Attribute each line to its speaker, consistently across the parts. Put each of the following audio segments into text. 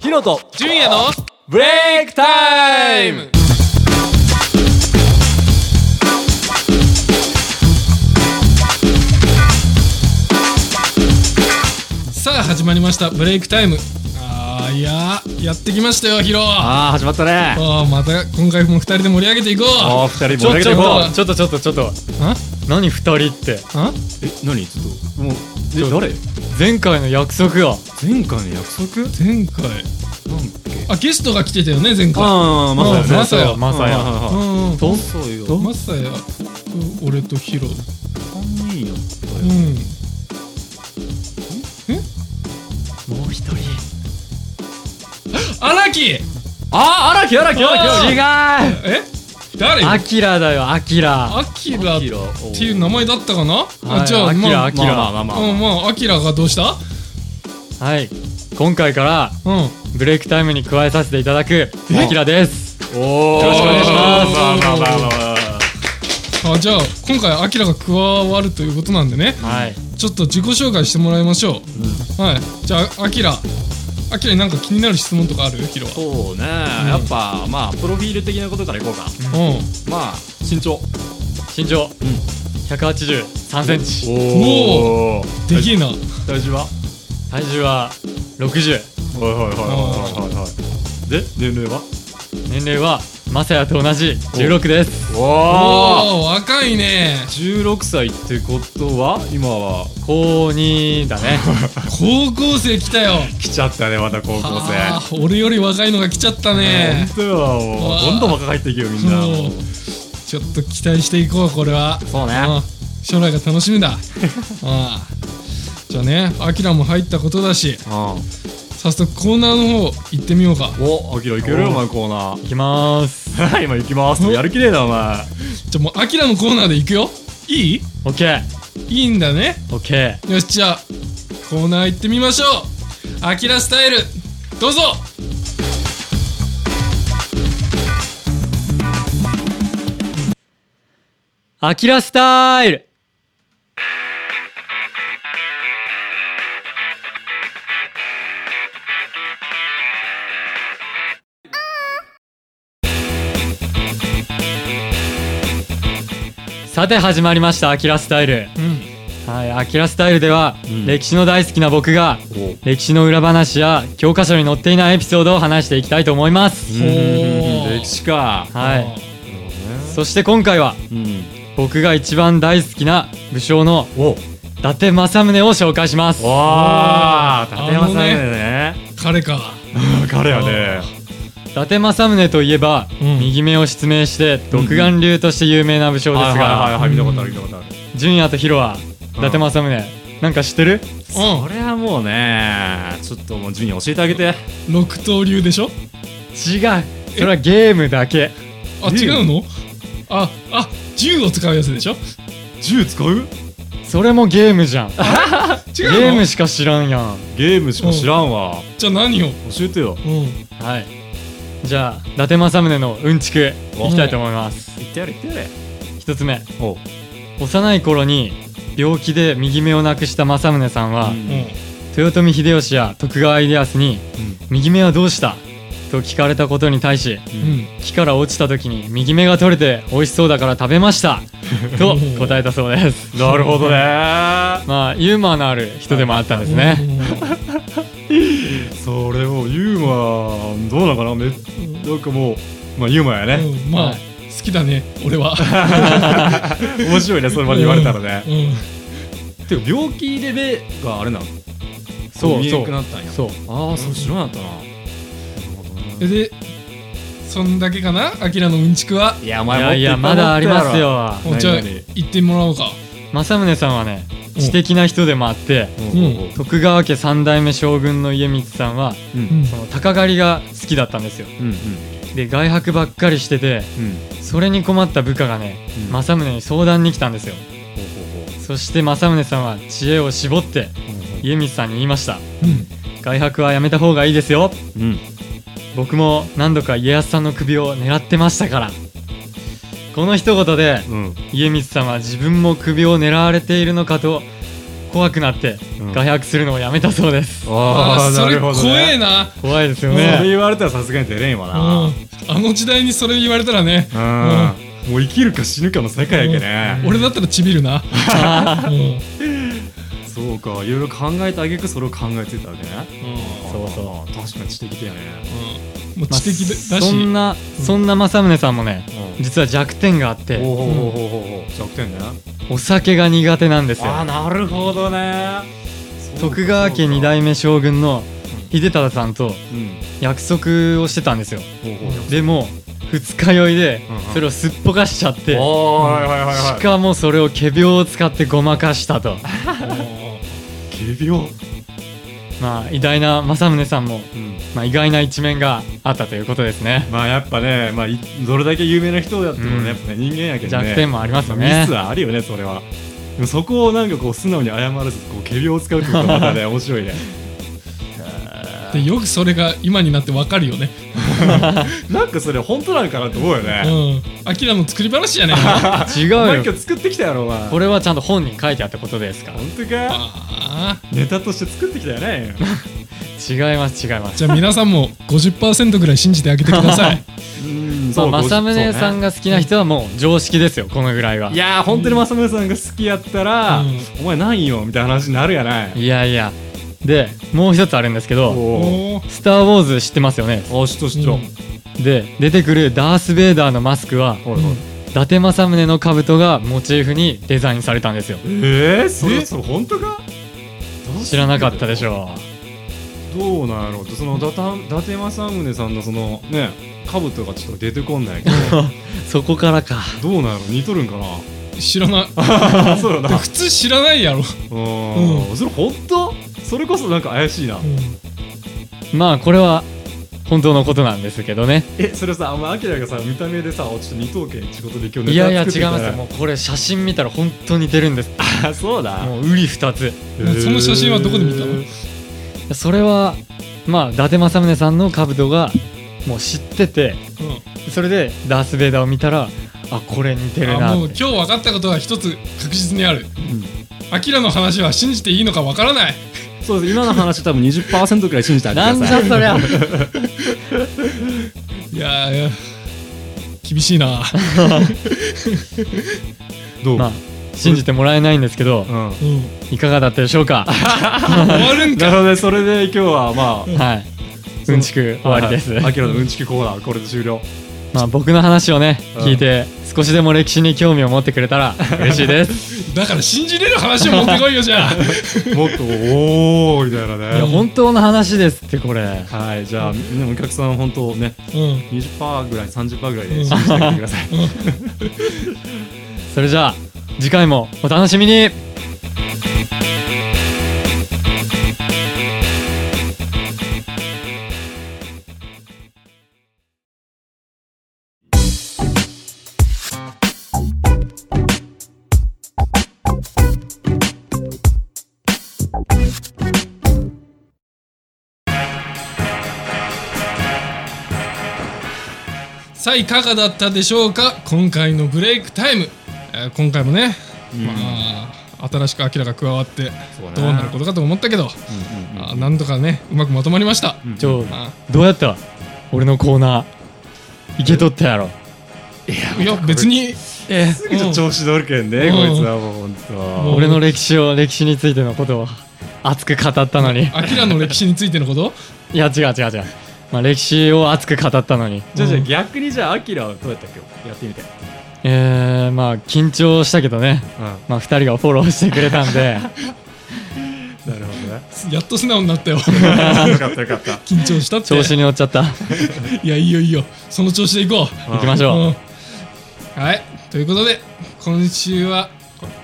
Speaker 1: ヒロと
Speaker 2: 純也の
Speaker 1: ブレイクタイム
Speaker 2: さあ始まりましたブレイクタイムあーいやーやってきましたよヒロあ
Speaker 1: ああ始まったね
Speaker 2: ーまた今回も二人で盛り上げていこ
Speaker 1: あ
Speaker 2: う
Speaker 1: あ二
Speaker 3: ち
Speaker 1: 人
Speaker 3: ょ
Speaker 1: 盛り上げていこ
Speaker 2: う
Speaker 3: ちょっとちょっとちょっと
Speaker 2: あ
Speaker 3: 何二人って
Speaker 2: あ
Speaker 1: うえ何ちょっともうえ誰
Speaker 3: 前回の約束が
Speaker 1: 前回の約束
Speaker 2: 前回
Speaker 1: なんだっけ
Speaker 2: あゲストが来てたよね前回
Speaker 1: ああ
Speaker 2: まさや
Speaker 3: まさや
Speaker 2: うんうん
Speaker 1: どうそうよど
Speaker 2: まさやう俺とヒロ
Speaker 1: 3人やった
Speaker 2: う
Speaker 1: よ
Speaker 2: ん
Speaker 1: もう一人
Speaker 2: 荒木
Speaker 3: あ荒木荒木
Speaker 1: 違う
Speaker 2: え誰
Speaker 3: アキラだよアキラ
Speaker 2: アキラっ
Speaker 1: キラおう
Speaker 2: ていう名前だったかなあ
Speaker 3: はい
Speaker 2: じゃあ
Speaker 3: アキラ
Speaker 2: まあ
Speaker 3: アキラ
Speaker 1: まあまあまあまあ
Speaker 2: うんまあアキラがどうした
Speaker 3: はい今回から
Speaker 2: うんよ
Speaker 3: ブレイクタイムに加えさせていただくアキラです
Speaker 1: おー
Speaker 2: ろしくお願いします
Speaker 1: まあまあまあまあ
Speaker 2: あじゃあ今回アキラが加わるということなんでね
Speaker 3: はい
Speaker 2: ちょっと自己紹介してもらいましょう、はいじゃあアキラアキラになんか気になる質問とかあるヒロは
Speaker 1: そうねやっぱまあプロフィール的なことからいこうか
Speaker 2: うん
Speaker 1: まあ身長
Speaker 3: 身長183センチ
Speaker 2: お
Speaker 1: お
Speaker 2: できえな
Speaker 1: 大丈夫は
Speaker 3: 体重は60
Speaker 1: はいはいはいはいはいはいで年齢は
Speaker 3: 年齢はまさやと同じ16です
Speaker 1: おお
Speaker 2: おー若いね
Speaker 1: 16歳ってことは今は
Speaker 3: 高2だね
Speaker 2: 高校生来たよ
Speaker 1: 来ちゃったねまた高校
Speaker 2: あー俺より若いのが来ちゃったね
Speaker 1: 本当よも
Speaker 2: わ
Speaker 1: う
Speaker 2: ー
Speaker 1: どんどん若返っていけよみんな
Speaker 2: もうちょっと期待していこうこれは
Speaker 3: そうね
Speaker 2: あ将来が楽しみだああじゃあねアキラも入ったことだし早速コーナーの方行ってみようか
Speaker 1: おあきらいけるよお前コーナ
Speaker 3: いきまーす
Speaker 1: ー 今行きますやる気ねえなお前
Speaker 2: じゃあもうアキラのコーナーで行くよいい
Speaker 3: OKOK
Speaker 2: いいんだねよしじゃあコーナー行ってみましょうアキラスタイルどうぞ
Speaker 3: アキラスタイルさて始まりました「アキラスタイル
Speaker 2: うん」
Speaker 3: はい「アキラスタイル」では、
Speaker 1: ん
Speaker 3: 歴史の大好きな僕が
Speaker 1: お
Speaker 3: 歴史の裏話や教科書に載っていないエピソードを話していきたいと思います、
Speaker 2: ほー
Speaker 1: 歴史か
Speaker 3: はいそして今回は
Speaker 1: うん
Speaker 3: 僕が一番大好きな武将の
Speaker 1: お
Speaker 3: 伊達政宗を紹介します
Speaker 1: わあ
Speaker 2: おー
Speaker 1: 立山さんだよね
Speaker 2: 彼か
Speaker 1: 彼やね
Speaker 3: 伊達政宗といえば、
Speaker 2: うん
Speaker 3: 右目を失明して独眼竜として有名な武将です
Speaker 1: はいはいは
Speaker 3: が
Speaker 1: いはい見たことある見たことある
Speaker 3: 純也とヒロは伊達政宗、なんか知ってる
Speaker 1: これはもうねちょっともう順位教えてあげて
Speaker 2: うん六刀流でしょ
Speaker 3: 違うそれはゲームだけ
Speaker 2: あ
Speaker 1: 竜
Speaker 2: 違うのああ銃を使うやつでしょ
Speaker 1: 銃使う
Speaker 3: それもゲームじゃん
Speaker 2: 違
Speaker 3: ゲ
Speaker 2: うの
Speaker 3: ームしか知らんやん
Speaker 1: ゲームしか知らんわ
Speaker 2: じゃあ何を
Speaker 1: 教えてよ
Speaker 2: うん
Speaker 3: はいじゃあ伊達政宗のうんちくいきたいと思います
Speaker 1: 言ってやれ言ってやれ
Speaker 3: 一つ目
Speaker 1: おう
Speaker 3: 幼い頃に病気で右目をなくした政宗さんは、
Speaker 1: うん
Speaker 2: うん
Speaker 3: 豊臣秀吉や徳川家康に
Speaker 1: うん
Speaker 3: 「右目はどうした?」と聞かれたことに対し
Speaker 2: うん
Speaker 3: 木から落ちた時に右目が取れて美味しそうだから食べ ましたと答えたそうです
Speaker 1: なるほどね
Speaker 3: まあユーモアのある人でもあったんですね
Speaker 1: それもユーマどうなのかなめなんかもうまあユーマ
Speaker 2: う
Speaker 1: や
Speaker 2: ん
Speaker 1: ね
Speaker 2: うんまあ
Speaker 3: はい
Speaker 2: 好きだね俺は
Speaker 1: 面白いねそれまで言われたらね
Speaker 2: うん
Speaker 1: てか病気で目があれなの
Speaker 3: そう
Speaker 1: 見え
Speaker 3: そ
Speaker 1: な
Speaker 3: う
Speaker 1: くなったんや
Speaker 3: そう
Speaker 1: ああそう知らなかったな
Speaker 2: えでそんだけかなアキラのうんちくはい
Speaker 1: やお
Speaker 3: いやいやまだありますよ
Speaker 2: もうじゃあ
Speaker 1: 何々
Speaker 2: 行ってもらおうか
Speaker 3: 政宗さんはね
Speaker 2: うん
Speaker 3: 知的な人でもあって
Speaker 1: うん
Speaker 3: 徳川家三代目将軍の家光さんは
Speaker 1: う
Speaker 2: うんん
Speaker 3: その鷹狩りが好きだったんですよ
Speaker 1: うんうん
Speaker 3: で外泊ばっかりしてて
Speaker 1: うん
Speaker 3: それに困った部下がね
Speaker 1: うん
Speaker 3: 政宗に相談に来たんですよ
Speaker 1: ほうほうほう
Speaker 3: そして政宗さんは知恵を絞って家光さんに言いました
Speaker 2: うん
Speaker 3: 外泊はやめた方がいいですよ
Speaker 1: うん
Speaker 3: 僕も何度か家康さんの首を狙ってましたからこの一言で
Speaker 1: うん
Speaker 3: 家光さんは自分も首を狙われているのかと怖くなって
Speaker 1: うん
Speaker 3: 外泊するのをやめたそうです、
Speaker 1: ああ
Speaker 2: そ
Speaker 1: な
Speaker 2: れ
Speaker 1: るほど、ね、
Speaker 2: 怖えな、
Speaker 3: 怖いですよ
Speaker 1: それ
Speaker 3: ね
Speaker 1: 言われたらさすがに出れんわ
Speaker 2: うん、
Speaker 1: な
Speaker 2: あの時代にそれ言われたらね、
Speaker 1: うん、もう生きるか死ぬかの世界やけね、
Speaker 2: 俺だったらちびるな、うん
Speaker 1: そうかいろいろ考えたあげくそれを考えついたわけね
Speaker 3: そうそう
Speaker 1: う確かに知的だよね
Speaker 2: もう
Speaker 3: まあ
Speaker 2: 知的だだ
Speaker 3: そ
Speaker 2: し、
Speaker 3: んなそんな正宗さんもね
Speaker 1: う
Speaker 3: 実は弱点があって
Speaker 1: んおおおおお弱点ね
Speaker 3: お酒が苦手なんですよ
Speaker 1: あなるほどね
Speaker 3: 徳川家二代目将軍の秀忠さんと
Speaker 1: うん
Speaker 3: 約束をしてたんですよ
Speaker 1: ほうほう
Speaker 3: でも二日酔いで
Speaker 1: うんうん
Speaker 3: それをすっぽかしちゃって
Speaker 1: おーはいはいはい
Speaker 3: し
Speaker 1: はい
Speaker 3: かもそれを仮病を使ってごまかし たと
Speaker 1: 仮病
Speaker 3: まあ偉大な正宗さんも、
Speaker 1: うん
Speaker 3: まあ、意外な一面があったということですね
Speaker 1: まあやっぱねまあいどれだけ有名な人だってもね、
Speaker 3: うん
Speaker 1: やっぱね人間やけどね
Speaker 3: 弱点もありますよ
Speaker 1: ミ
Speaker 3: ね
Speaker 1: スはあるよねそれはでもそこをなんかこう素直に謝らずこう仮病を使うってことがまたね面白いね
Speaker 2: でよくそれが今になってわかるよね
Speaker 1: なんかそれ本当なのかなと思うよね、
Speaker 2: うんアキラの作り話じゃ ねえか
Speaker 3: 違
Speaker 1: お前
Speaker 3: う
Speaker 1: 今
Speaker 3: よ
Speaker 1: 日作ってきたやろお前
Speaker 3: これはちゃんと本に書いてあったことですから
Speaker 1: 本当か
Speaker 2: あー
Speaker 1: ネタとして作ってきたよね
Speaker 3: 違います違います
Speaker 2: じゃあ皆さんも50%ぐらい信じてあげてください
Speaker 1: うん
Speaker 3: まあ正宗さん
Speaker 1: が
Speaker 3: が好きな人はもう常識ですよこのぐらいはい
Speaker 1: やー本当に正宗さんが好きやったら、
Speaker 2: うん
Speaker 1: お前なんよみたいな話になるやない
Speaker 3: いやいやでもう一つあるんですけど
Speaker 2: お
Speaker 1: お
Speaker 2: ー
Speaker 3: 「スター・ウォーズ」知ってますよね
Speaker 1: おあしとし
Speaker 2: う
Speaker 1: と
Speaker 2: ん
Speaker 3: で出てくるダース・ベイダーのマスクは
Speaker 1: ほいほい
Speaker 3: 伊達政宗の兜がモチーフにデザインされたんですよ
Speaker 1: えー、それそれ本当か
Speaker 3: 知らなかったでしょ
Speaker 1: どうなんやろうそのだた伊達政宗さんのそのね兜がちょっと出てこんないけど
Speaker 3: そこからか
Speaker 1: どうなんやろ似とるん か
Speaker 2: 知らない
Speaker 1: なそうやなう
Speaker 2: 普通知らないやろ、
Speaker 1: ーん、それ本当それこそなんか怪しいな、
Speaker 3: まあこれは本当のことなんですけどね
Speaker 1: えそれさお前アキラがさ見た目でさおちょっと二等圏ってことで今日
Speaker 3: い
Speaker 1: ネタ
Speaker 3: やいや違
Speaker 1: 作って
Speaker 3: い
Speaker 1: た
Speaker 3: ますよもうこれ写真見たら本当に似てるんです
Speaker 1: あそうだ
Speaker 3: もう瓜二つ
Speaker 1: へー
Speaker 2: その写真はどこで見たの
Speaker 3: それはまあ伊達政宗さんの兜がもう知ってて
Speaker 2: うん
Speaker 3: それでダース・ベイダーを見たらあこれ似てるな
Speaker 2: あもう
Speaker 3: って
Speaker 2: 今日分かったことは一つ確実にある、アキラの話は信じていいのか分からない
Speaker 1: そうです今の話多分20%くらい信じてあげてくだ
Speaker 3: なんじ
Speaker 1: さ
Speaker 3: ゃ
Speaker 1: い
Speaker 3: そりゃ
Speaker 2: いやーいや厳しいな
Speaker 1: どう、
Speaker 3: まあ信じてもらえないんですけど
Speaker 1: うん
Speaker 2: うん
Speaker 3: いかがだったでしょうか
Speaker 2: 終わるんか
Speaker 1: なのでそれで今日はまあ
Speaker 3: はいうんちく終わりです、
Speaker 1: はいアキラのうんちきコーナーこれで終了
Speaker 3: まあ僕の話をね
Speaker 1: うん
Speaker 3: 聞いて少しでも歴史に興味を持ってくれたら嬉しいです
Speaker 2: だから信じれる話を持ってこいよじゃあ
Speaker 1: もっとおおみたいなね
Speaker 3: いや本当の話ですってこれ
Speaker 1: はい、じゃあ、みんなお客さん、本当ね、
Speaker 2: うん
Speaker 1: 20%ぐらい、30%ぐらいで、信じてあげてください。
Speaker 3: それじゃあ次回もお楽しみに
Speaker 2: さあいかがだったでしょうか今回のブレイクタイム、えー今回もね、まあ新しくアキラが加わって
Speaker 1: そうね
Speaker 2: どうなることかと思ったけど、あーなんとかねうまくまとまりました、
Speaker 3: ちょ
Speaker 2: まあ
Speaker 3: どうやった俺のコーナーいけとったやろ
Speaker 2: いや別に
Speaker 3: え
Speaker 1: すぐちょっと調子乗るけんね、
Speaker 2: うん
Speaker 1: こいつはもう、本
Speaker 2: も
Speaker 1: 当。
Speaker 3: 俺の歴史を歴史についてのことを熱く語ったのに
Speaker 2: アキラの歴史についてのこと
Speaker 3: いや違う違う違う、まあ、歴史を熱く語ったのに
Speaker 1: じゃあ、じゃあ、
Speaker 2: うん
Speaker 1: 逆に、じゃあ、アキラはどうやったっけ、やってみて。
Speaker 3: えー、まあ緊張したけどね
Speaker 1: うん、な
Speaker 3: まあ2人がフォローしてくれたんで
Speaker 1: るほどね。
Speaker 2: やっと素直になったよ
Speaker 1: よ かった、よかった。
Speaker 2: 緊張したって
Speaker 3: 調子に乗っちゃった
Speaker 2: いやいいよいいよその調子でいこう
Speaker 3: 行きましょう、
Speaker 2: うんはいということで今週は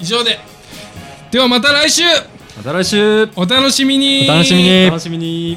Speaker 2: 以上でではまた来週
Speaker 1: また来週。
Speaker 2: お楽しみに
Speaker 3: お楽しみに
Speaker 1: 楽しみに。